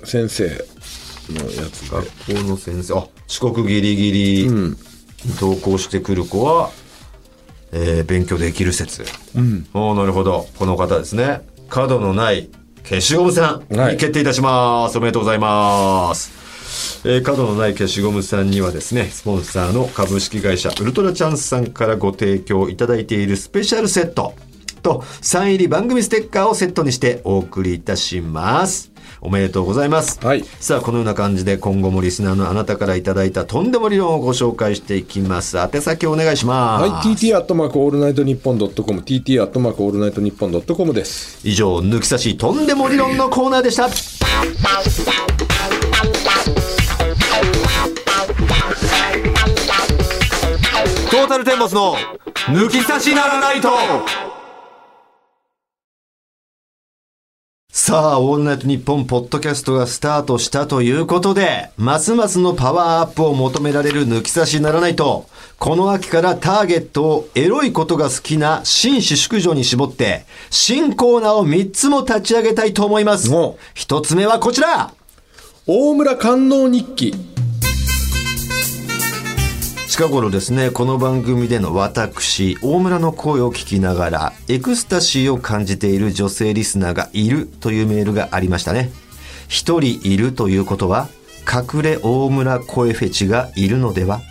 先生のやつが、
学校の先生あ遅刻ギリギリに登校してくる子は、えー勉強できる説、おおなるほどこの方ですね角のない消しゴムさん
はい
に決定いたします、おめでとうございます、えー角のない消しゴムさんにはですねスポンサーの株式会社ウルトラチャンスさんからご提供いただいているスペシャルセットとサイン入り番組ステッカーをセットにしてお送りいたしますおめでとうございます、
はい
さあこのような感じで今後もリスナーのあなたからいただいたとんでも理論をご紹介していきます宛先お願いします、
はい、TT アットマークオールナイトニッポンドットコム、TT アットマークオールナイトニッポンドットコムです。
以上抜き差しとんでも理論のコーナーでしたトータルテンボスの抜き差しならないとさあ、オールナイトニッポンポッドキャストがスタートしたということで、ますますのパワーアップを求められる抜き差しならないと、この秋からターゲットをエロいことが好きな新種淑女に絞って、新コーナーを3つも立ち上げたいと思います
お。
1つ目はこちら
大村官能日記。
近頃ですねこの番組での私大村の声を聞きながらエクスタシーを感じている女性リスナーがいるというメールがありましたね一人いるということは隠れ大村声フェチがいるのでは、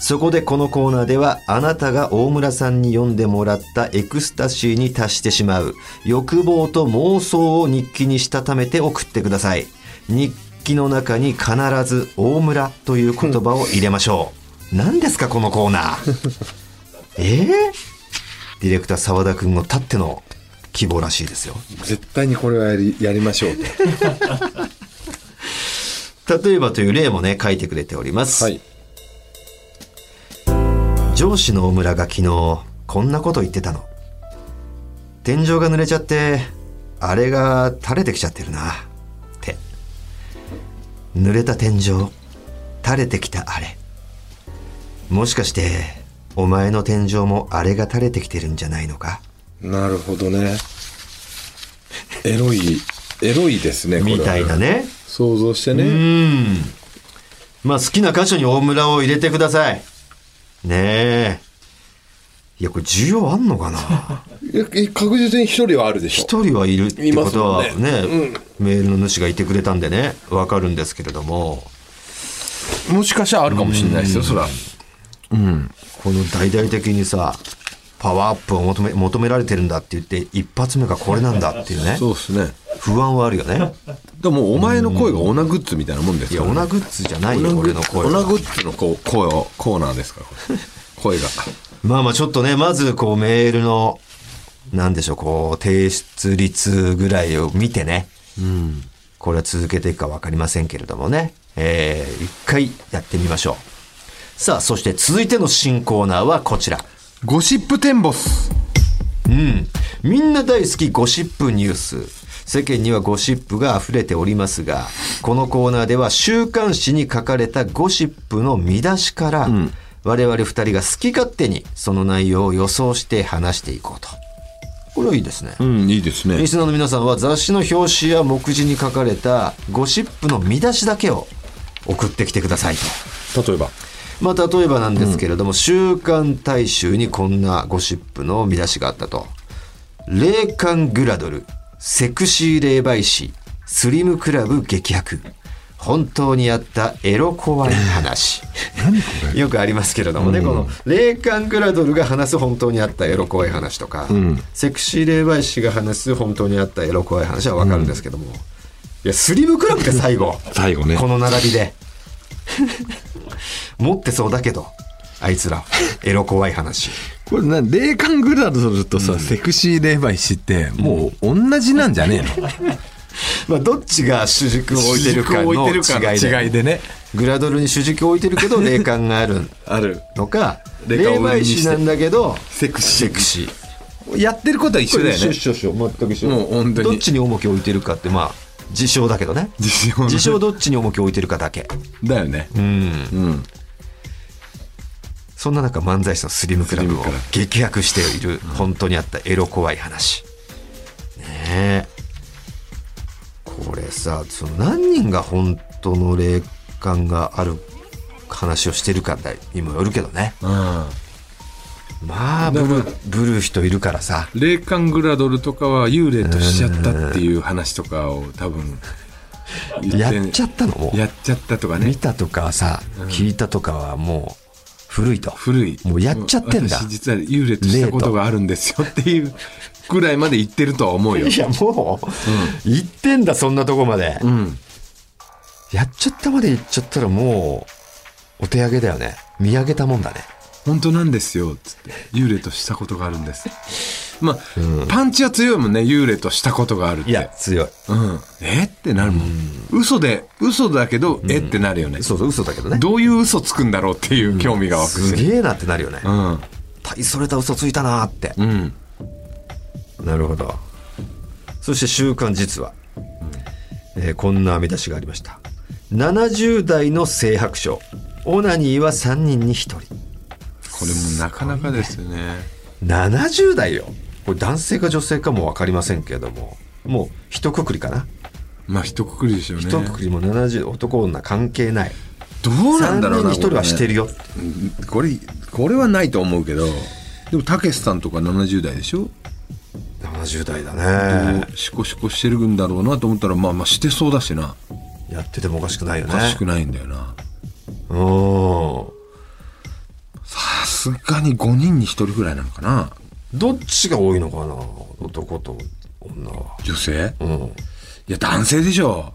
そこでこのコーナーではあなたが大村さんに読んでもらったエクスタシーに達してしまう欲望と妄想を日記にしたためて送ってください日記の中に必ず大村という言葉を入れましょう何ですかこのコーナー えー、ディレクター澤田君のたっての希望らしいですよ
絶対にこれはやりやりましょうと。
例えばという例もね書いてくれております、
はい。
上司の大村が昨日こんなこと言ってたの天井が濡れちゃってあれが垂れてきちゃってるなって濡れた天井垂れてきたあれもしかしてお前の天井もあれが垂れてきてるんじゃないのか
なるほどね。エロい、エロいですね、これは
みたいな。ね
想像して
う
ね。
んまあ好きな箇所に大村を入れてくださいねえいやこれ需要あんのかな
ええ確実に一人はあるでしょ。
一人はいるってことはい
ますもん
ねメールの主がいてくれたんでねわかるんですけれども
もしかしたらあるかもしれないですよ、そら。
この大々的にさパワーアップを求め求められてるんだって言って一発目がこれなんだっていうね
そうですね。
不安はあるよね
でも、お前の声がオナグッズみたいなもんです
い
か
や
ら
オ
ね
ナグッズじゃないよ俺の声
オナグ
は
ッズのこう声をコーナーですから、これ 声が。
まあまあちょっとねまずこうメールのなんでしょうこう提出率ぐらいを見てねこれは続けていくか分かりませんけれどもね、えー一回やってみましょうさあそして続いての新コーナーはこちら
ゴシップテンボス。
うん。みんな大好きゴシップニュース。世間にはゴシップが溢れておりますが、このコーナーでは週刊誌に書かれたゴシップの見出しから、我々二人が好き勝手にその内容を予想して話していこうと。これはいいですね。
うん、いいですね
リ。スナーの皆さんは雑誌の表紙や目次に書かれたゴシップの見出しだけを送ってきてくださいと。
例えば。
まあ、例えばなんですけれども、週刊大衆にこんなゴシップの見出しがあったと。霊感グラドル、セクシー霊媒師、スリムクラブ激白。本当にあったエロ怖い 話。よくありますけれどもね、この霊感グラドルが話す本当にあったエロ怖い話とか、セクシー霊媒師が話す本当にあったエロ怖い話はわかるんですけども、いや、スリムクラブって最後。
最後ね
この並 びで。持ってそうだけど、あいつら、エロ怖い話。
これな霊感グラドルとさ、セクシー霊媒師ってもう同じなんじゃねえの
まあ、どっちが主軸を置いてるか
主
の
軸を置いてる
違い
かの
で。
違いでね
グラドルに主軸を置いてるけ ど、霊感がある
ある
のか、
霊
霊
感を売り
媒
にして
師なんだけど、
セクシー
セクシー。
やってることは一緒だよね
一緒一緒一緒全く一緒。
もう本当に
どっちに重きを置いてるかって、まあ、自称だけどね。
自称の
自称どっちに重きを置いてるかだけ。
だよね
うん。
うん
そんな中漫才師のスリムクラブを
スリムクラ
激白している本当にあったエロ怖い話ねえこれさその何人が本当の霊感がある話をしてるかにもよるけどねまあブルブルー人いるからさ
霊感グラドルとかは幽霊としちゃったっていう話とかを多分言
やっちゃったのも
やっちゃったとか
う見
ね
たとかさ聞いたとかはもう古いと
古い
もうやっちゃってんだ
私実は幽霊としたことがあるんですよっていうぐらいまで行ってるとは思うよ。
いや、もう、行ってんだ、そんなとこまで。
うん。
やっちゃったまで行っちゃったらもう、お手上げだよね。見上げたもんだね。
本当なんですよ、つって。幽霊としたことがあるんです。まあ、パンチは強いもんね、幽霊としたことがあるって。
いや、強い。
うん。えってなるもん。嘘で、嘘だけど、えってなるよね。
そうそう、嘘だけどね。
どういう嘘つくんだろうっていう興味が湧く
す
し。
げえなってなるよね。
うん。
大それた嘘ついたなーって。
うん。
なるほど。そして週刊実は、えーこんな見出しがありました。70代の性白症。オナニーは3人に1人。
これもなかなかですよね。
70代よ。これ男性か女性かも分かりませんけれども、もう一括りかな。
まあ、一括りですよね。
一括りも70、男女関係ない。
ど
3
うなんだろう
人に1
な。
人はしてるよ。
これ、これはないと思うけど、でも、たけしさんとか70代でしょ
70代だね。
シコシコしてるんだろうなと思ったら、まあまあしてそうだしな。
やっててもおかしくないよ
お
ね。
かしくないんだよな。
うん。
さすがに5人に1人ぐらいなのかな。
どっちが多いのかな男と女は。
女性
うん。
いや、男性でしょ。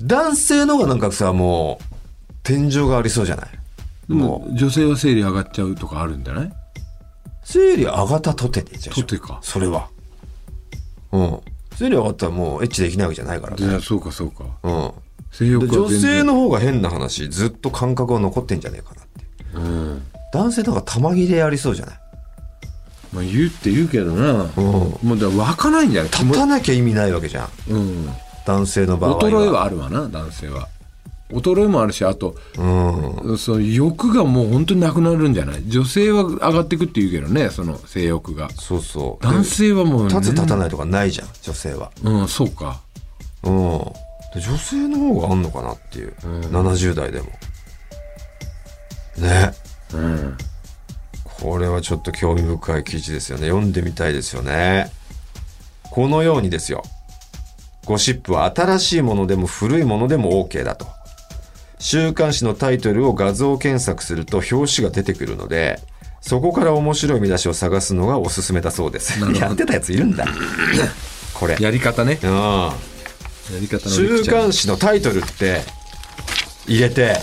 男性の方がなんかさ、もう、天井がありそうじゃない
でも、女性は生理上がっちゃうとかあるんじゃない
生理上がったとてでじゃ
とてか
それは。うん。生理上がったらもうエッチできないわけじゃないからね。
でそうか、そうか。
うん。
性欲
で
は全
女
然
性の方が変な話、ずっと感覚は残ってんじゃねえかなって。
うん。
男性なんか玉切れありそうじゃない
まあ言うって言うけどな。もうだから湧かないんじゃない
立たなきゃ意味ないわけじゃん。
うん。
男性の場合は。
衰えはあるわな、男性は。衰えもあるし、あと、
うん。
その欲がもう本当になくなるんじゃない女性は上がってくって言うけどね、その性欲が。
そうそう。
男性はもう、
で
ね、
立つ立たないとかないじゃん、女性は。
うん、そうか。
うん。で女性の方があんのかなっていう。70代でも。ね。
うん。
これはちょっと興味深い記事ですよね。読んでみたいですよね。このようにですよ。ゴシップは新しいものでも古いものでも OK だと。週刊誌のタイトルを画像検索すると表紙が出てくるので、そこから面白い見出しを探すのがおすすめだそうです。やってたやついるんだ。これ。
やり方ね。
うん。
やり方の
週
りくちゃん
刊誌のタイトルって入れて、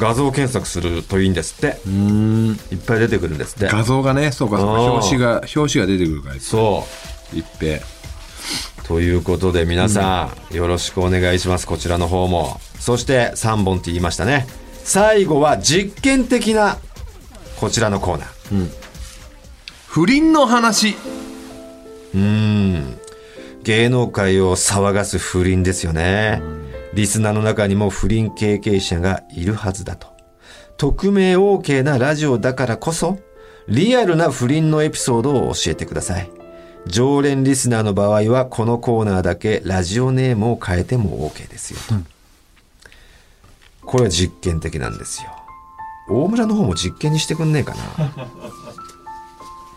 画像検索するといいんですって
うん。
いっぱい出てくるんですって
画像がね、そうか、そう
あ
か
ー
表紙が、表紙が出てくるから、い
そ
っぺん。
うということで皆さん、よろしくお願いしますこちらの方もそして3本って言いましたね最後は実験的なこちらのコーナー
不倫の話。
芸能界を騒がす不倫ですよね。リスナーの中にも不倫経験者がいるはずだと。匿名 OK なラジオだからこそ、リアルな不倫のエピソードを教えてください。常連リスナーの場合は、このコーナーだけラジオネームを変えても OK ですよと。これは実験的なんですよ。大村の方も実験にしてくんねえか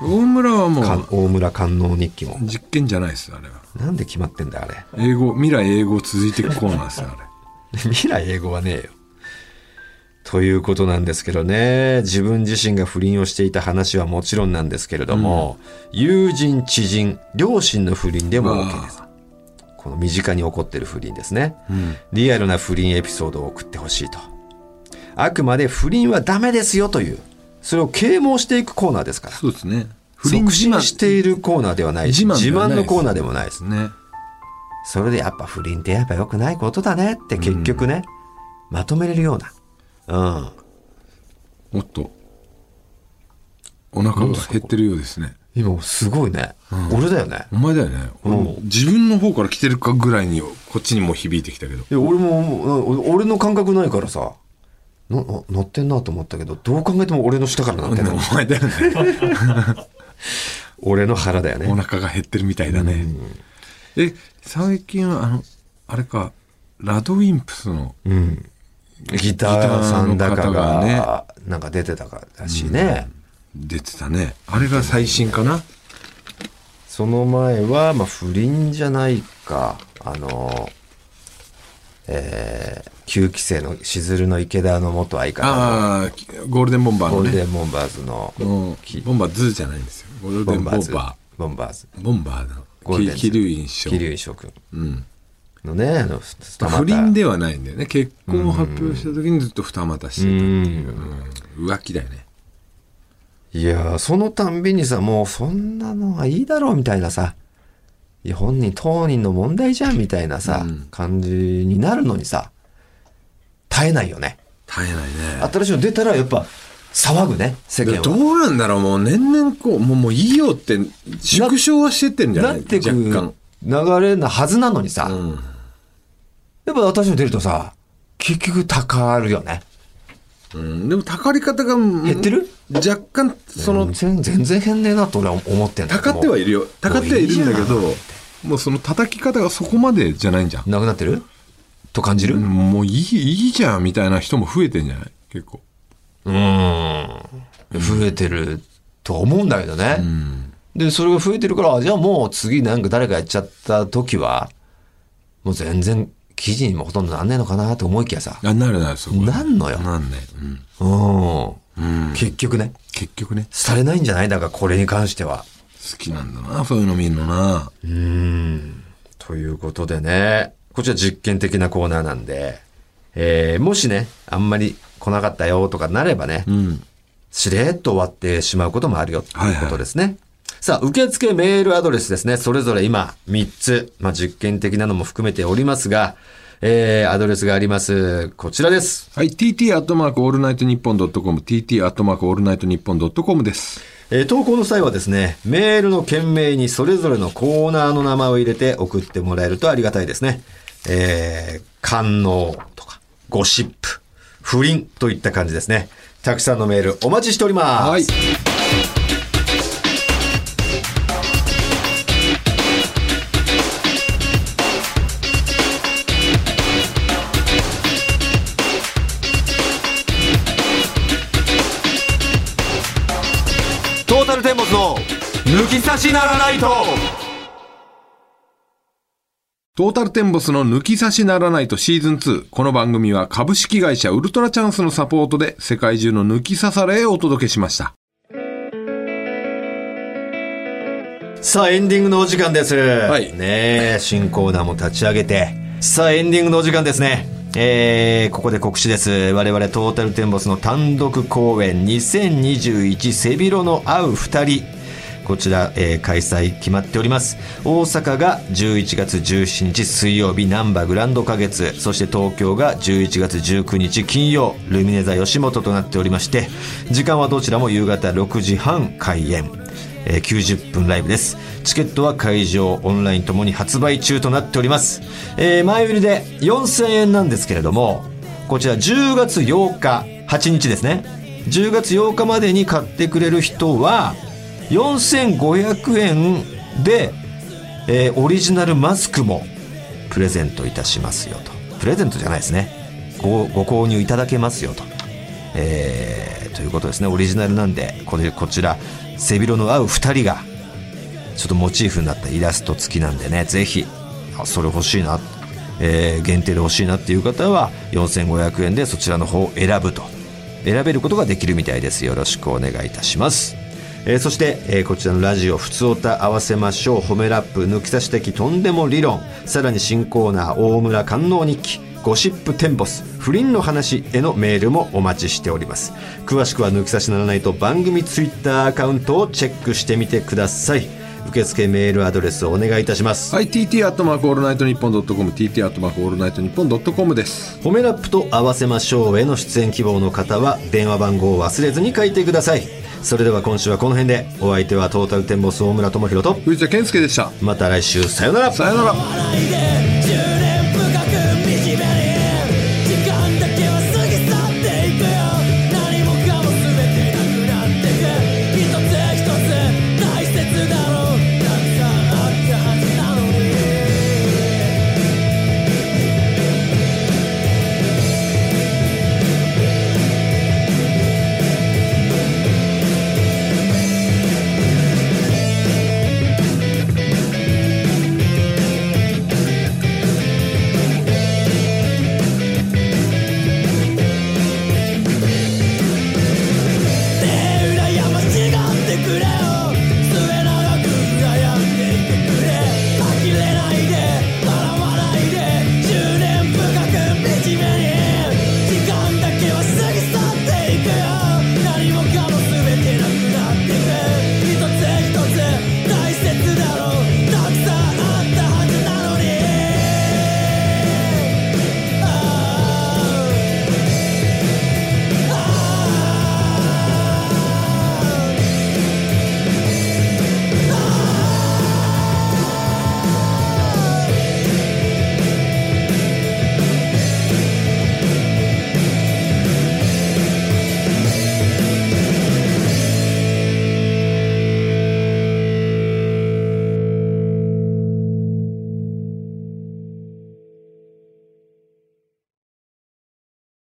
大村はも
な。か
う、
大村観音日記も。
実験じゃないです、あれは。
なんで決まってんだよあれ。
英語、未来英語続いていくコーナーですよ、あれ。
未来英語はねえよ。ということなんですけどね、自分自身が不倫をしていた話はもちろんなんですけれども、友人、知人、両親の不倫でも OK です。この身近に起こってる不倫ですね。リアルな不倫エピソードを送ってほしいと。あくまで不倫はダメですよという、それを啓蒙していくコーナーですから。
そうですね。不倫
促
自慢
進しているコーナーではないし、
自慢
自
では
慢
ないです
のコーナーでもないです
です。ね。
それでやっぱ不倫ってやっぱ良くないことだねって結局ね、まとめれるような。うん。
おっと。お腹が減ってるようですね。
今すごいね。俺だよね。
お前だよね。俺も自分の方から来てるかぐらいに、こっちにも響いてきたけど。
いや俺ももう、な俺の感覚ないからさ、な、な乗ってんなと思ったけど、どう考えても俺の下からなってんの。
お前だよね。
俺の腹だよ
お
ね。
腹が減ってるみたいだね。え、最近は、あの、あれか、ラドウィンプスの、
うん。ギターさんだか
ギターの方
が、なんか出てたからしいね。
出てたね。あれが最新かな
その前は、まあ、不倫じゃないか。あの、えー、9期生のしずるの池田の元相方の
ああ、ゴールデンボンバー
ゴ
の
ール
ね。
デンボンバーズの
うん
き
ボンバーズーじゃないんですよ。ゴールデンボンバー
ボンバーズ
ボンバーだ
ゴールデンズ
桐生院師
桐
匠
生翔くんのねあの二股
不倫ではないんだよね結婚を発表した時にずっと二股してたっていう、うん浮気だよね
いやーそのたんびにさもうそんなのはいいだろうみたいなさいや本人当人の問題じゃんみたいなさ、感じになるのにさ耐えないよね
耐えないね
新しいの出たらやっぱ騒ぐね世間
ど
は
うなんだろうもう年々こうもうもういいよって縮小はしてってんじゃな
ないってく流
若
れなはずなのにさ、
干、うん、
やっぱ新しいの出るとさ結局高るよね
うんでもたかり方が減
ってる
若干その
全然全然変ねえなと俺は思ってんだ
た
け
か
ど
ってはいるよたかってはいるんだけ
も
どもうその叩き方がそこまでじゃないんじゃん、
なくなってると感じるうん
もういいいいじゃんみたいな人も増えてんじゃない結構
ん増えてるとは思うんだけどね、でそれが増えてるからあじゃあもう次なんか誰かやっちゃった時はもう全然記事にもほとんどなんねえのかなと思いきやさ
あなるなるそこは
なんのよ
なんね、うん、
うん、結局ね
結局ね
されないんじゃないだからこれに関しては
好きなんだなそういうの見るのな
ということでね、こちら実験的なコーナーなんで、えーもしね、あんまり来なかったよとかなればね、しれっと終わってしまうこともあるよということですね。さあ、受付メールアドレスですね。それぞれ今、3つ、まあ、実験的なのも含めておりますが、えーアドレスがあります。こちらです。
はい TT アットマークオールナイトニッポンドットコム TT アットマークオールナイトニッポンドットコムです
えー投稿の際はですね、メールの件名にそれぞれのコーナーの名前を入れて送ってもらえるとありがたいですね。えー、感能とか、ゴシップ、不倫といった感じですね。たくさんのメールお待ちしております。
はい
トータルテンボスの抜き差しならないと
トータルテンボスの抜き差しならないとシーズン2。この番組は株式会社ウルトラチャンスのサポートで世界中の抜き差されへお届けしました。
さあ、エンディングのお時間です。
い
ねえ、新コーナーも立ち上げて。さあ、エンディングのお時間ですね。えー、ここで告知です。我々トータルテンボスの単独公演2021背広の合う二人。こちら、えー開催決まっております。大阪が11月17日水曜日、ナンバーグランド花月。そして東京が11月19日金曜、ルミネ座吉本となっておりまして、時間はどちらも夕方6時半開演。えー90分ライブですチケットは会場オンラインともに発売中となっております、えー前売りで4000円なんですけれどもこちら10月8日8日ですね10月8日までに買ってくれる人は4500円で、えーオリジナルマスクもプレゼントいたしますよとプレゼントじゃないですねごご購入いただけますよとえーということですねオリジナルなんでこれこちら背広の合う2人がちょっとモチーフになったイラスト付きなんでねぜひあそれ欲しいな、えー限定で欲しいなっていう方は4500円でそちらの方を選ぶと選べることができるみたいですよろしくお願いいたしますえーそして、えーこちらのラジオ「ふつおた合わせましょう」「褒めラップ」「抜き差し的とんでも理論」さらに新コーナー「大村官能日記」「ゴシップテンボス」「不倫の話」へのメールもお待ちしております詳しくは抜き差しならないと番組ツイッターアカウントをチェックしてみてください受付メールアドレスをお願いいたします、
はい、TT アットマークオールナイトニッポンドットコム、TT アットマークオールナイトニッポンドットコムです。
褒めラップと合わせましょうへの出演希望の方は電話番号を忘れずに書いてくださいそれでは今週はこの辺でお相手はトータルテンボス大村智広と
藤田健介でした。
また来週さよなら
さよなら。
笑いで10年深く惨めに